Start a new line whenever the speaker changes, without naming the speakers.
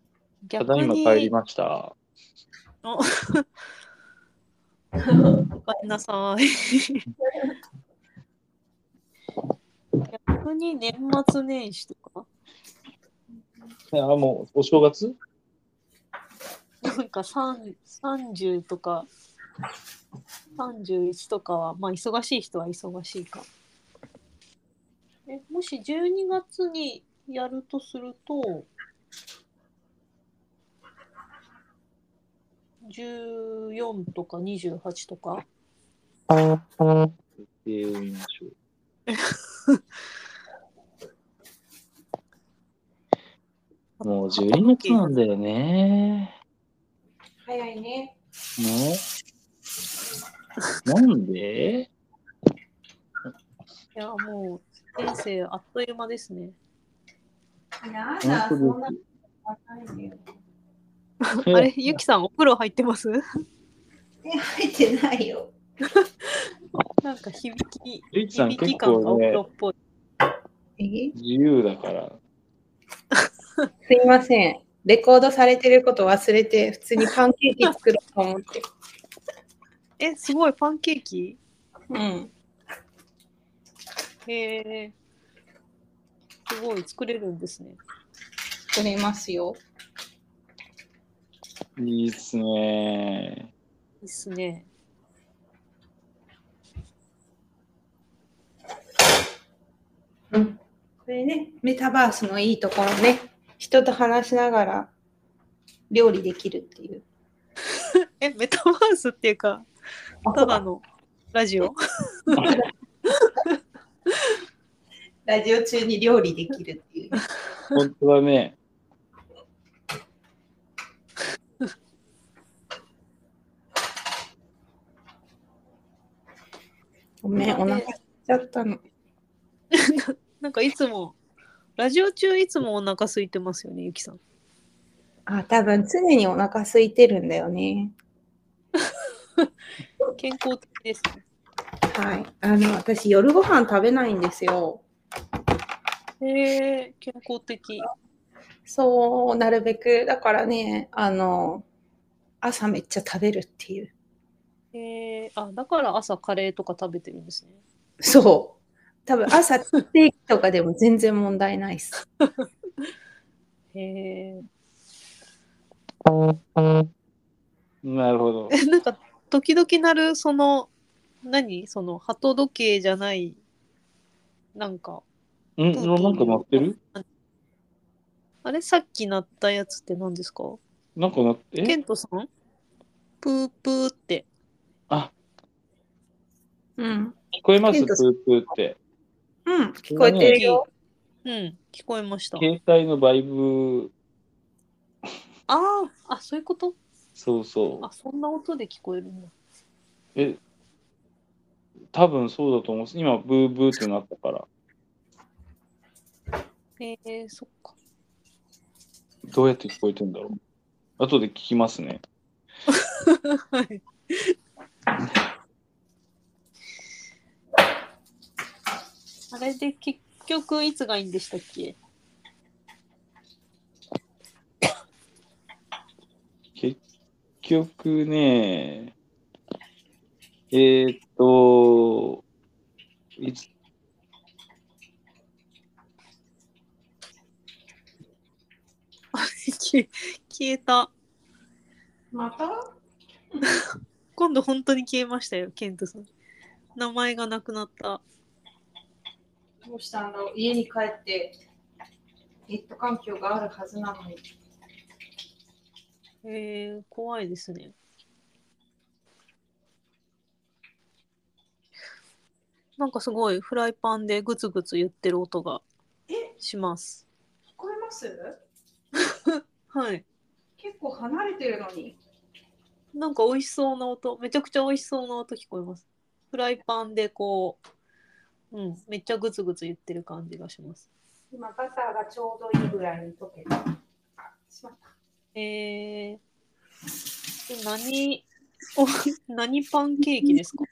た
逆
だいま
に
帰りました。
おかえりなさい。逆に年末年始とか、
あ、もうお正月
なんか3 30とか、31とかは、まあ忙しい人は忙しいか。えもし12月にやるとすると、14とか28とか
えー、見ましょう。 もう12月なんだよね。
早いね。
ね。な んで
いや、もう、人生あっという間ですね。
やだ、そ
本当
んなことないよ。
え
あれ、ゆきさん、お風呂入って ます
え、入ってないよ。
なんか響き、
ゆいちさん
響
結
き感がお
構
風
ね
呂、っぽい。
え
自由だから。
すいません。レコードされてること忘れて、普通にパンケーキ作ろうと思って。
え、すごい、パンケーキ
うん。
へえ。すごい、作れるんですね。
作れますよ。
いいっすね。
いいっすね。
これね、メタバースのいいところね。人と話しながら料理できるっていう。
え、メタバースっていうか、ただのラ ジオ
ラジオ中に料理できるっていう。
本当 だね。
ごめん、お腹空いちゃったの。
なんかいつも、ラジオ中いつもお腹空いてますよね、ゆきさん。
あ、多分常にお腹空いてるんだよね。
健康的ですね。
はい。あの、私、夜ご飯食べないんですよ。
へえ、健康的。
そう、なるべく。だからね、あの、朝めっちゃ食べるっていう。
へえ、あ、だから朝カレーとか食べてるんですね。
そう。多分朝、ステーキとかでも全然問題ないっす。
へえ。
なるほど。
えなんか時々なるその何その鳩時計じゃないなんか
んもうなんか鳴ってる
あれさっき鳴ったやつって何ですか
なんか鳴って
ケ
え
ントさんプープーって
あ、
うん。
聞こえます
ケ
プ
ントさん
ープーって。
うん、聞こえてるよ。
うん聞こえました
携帯のバイブ、
あーあそういうこと
そうそう
あ。そんな音で聞こえるんだ
え、多分そうだと思う。今、ブーブーってなったから。
へえそっか
どうやって聞こえてんだろう。後で聞きますね。
はいあれで結局いつがいいんでしたっけ
結局ね、えー、っと、いつ、
あ消え消えた
また
今度本当に消えましたよ、ケントさん。名前がなくなった。
どうしたんだろう家に帰ってネット環境があるはずなのに。
えー、怖いですね。なんかすごいフライパンでグツグツ言ってる音が
え
します。
聞こえます
はい。
結構離れてるのに。
なんか美味しそうな音、めちゃくちゃ美味しそうな音聞こえます。フライパンでこう、うん、めっちゃグツグツ言ってる感じがします。
今バターがちょうどいいぐらいに溶けた。あしまった
えー、何、お何パンケーキですか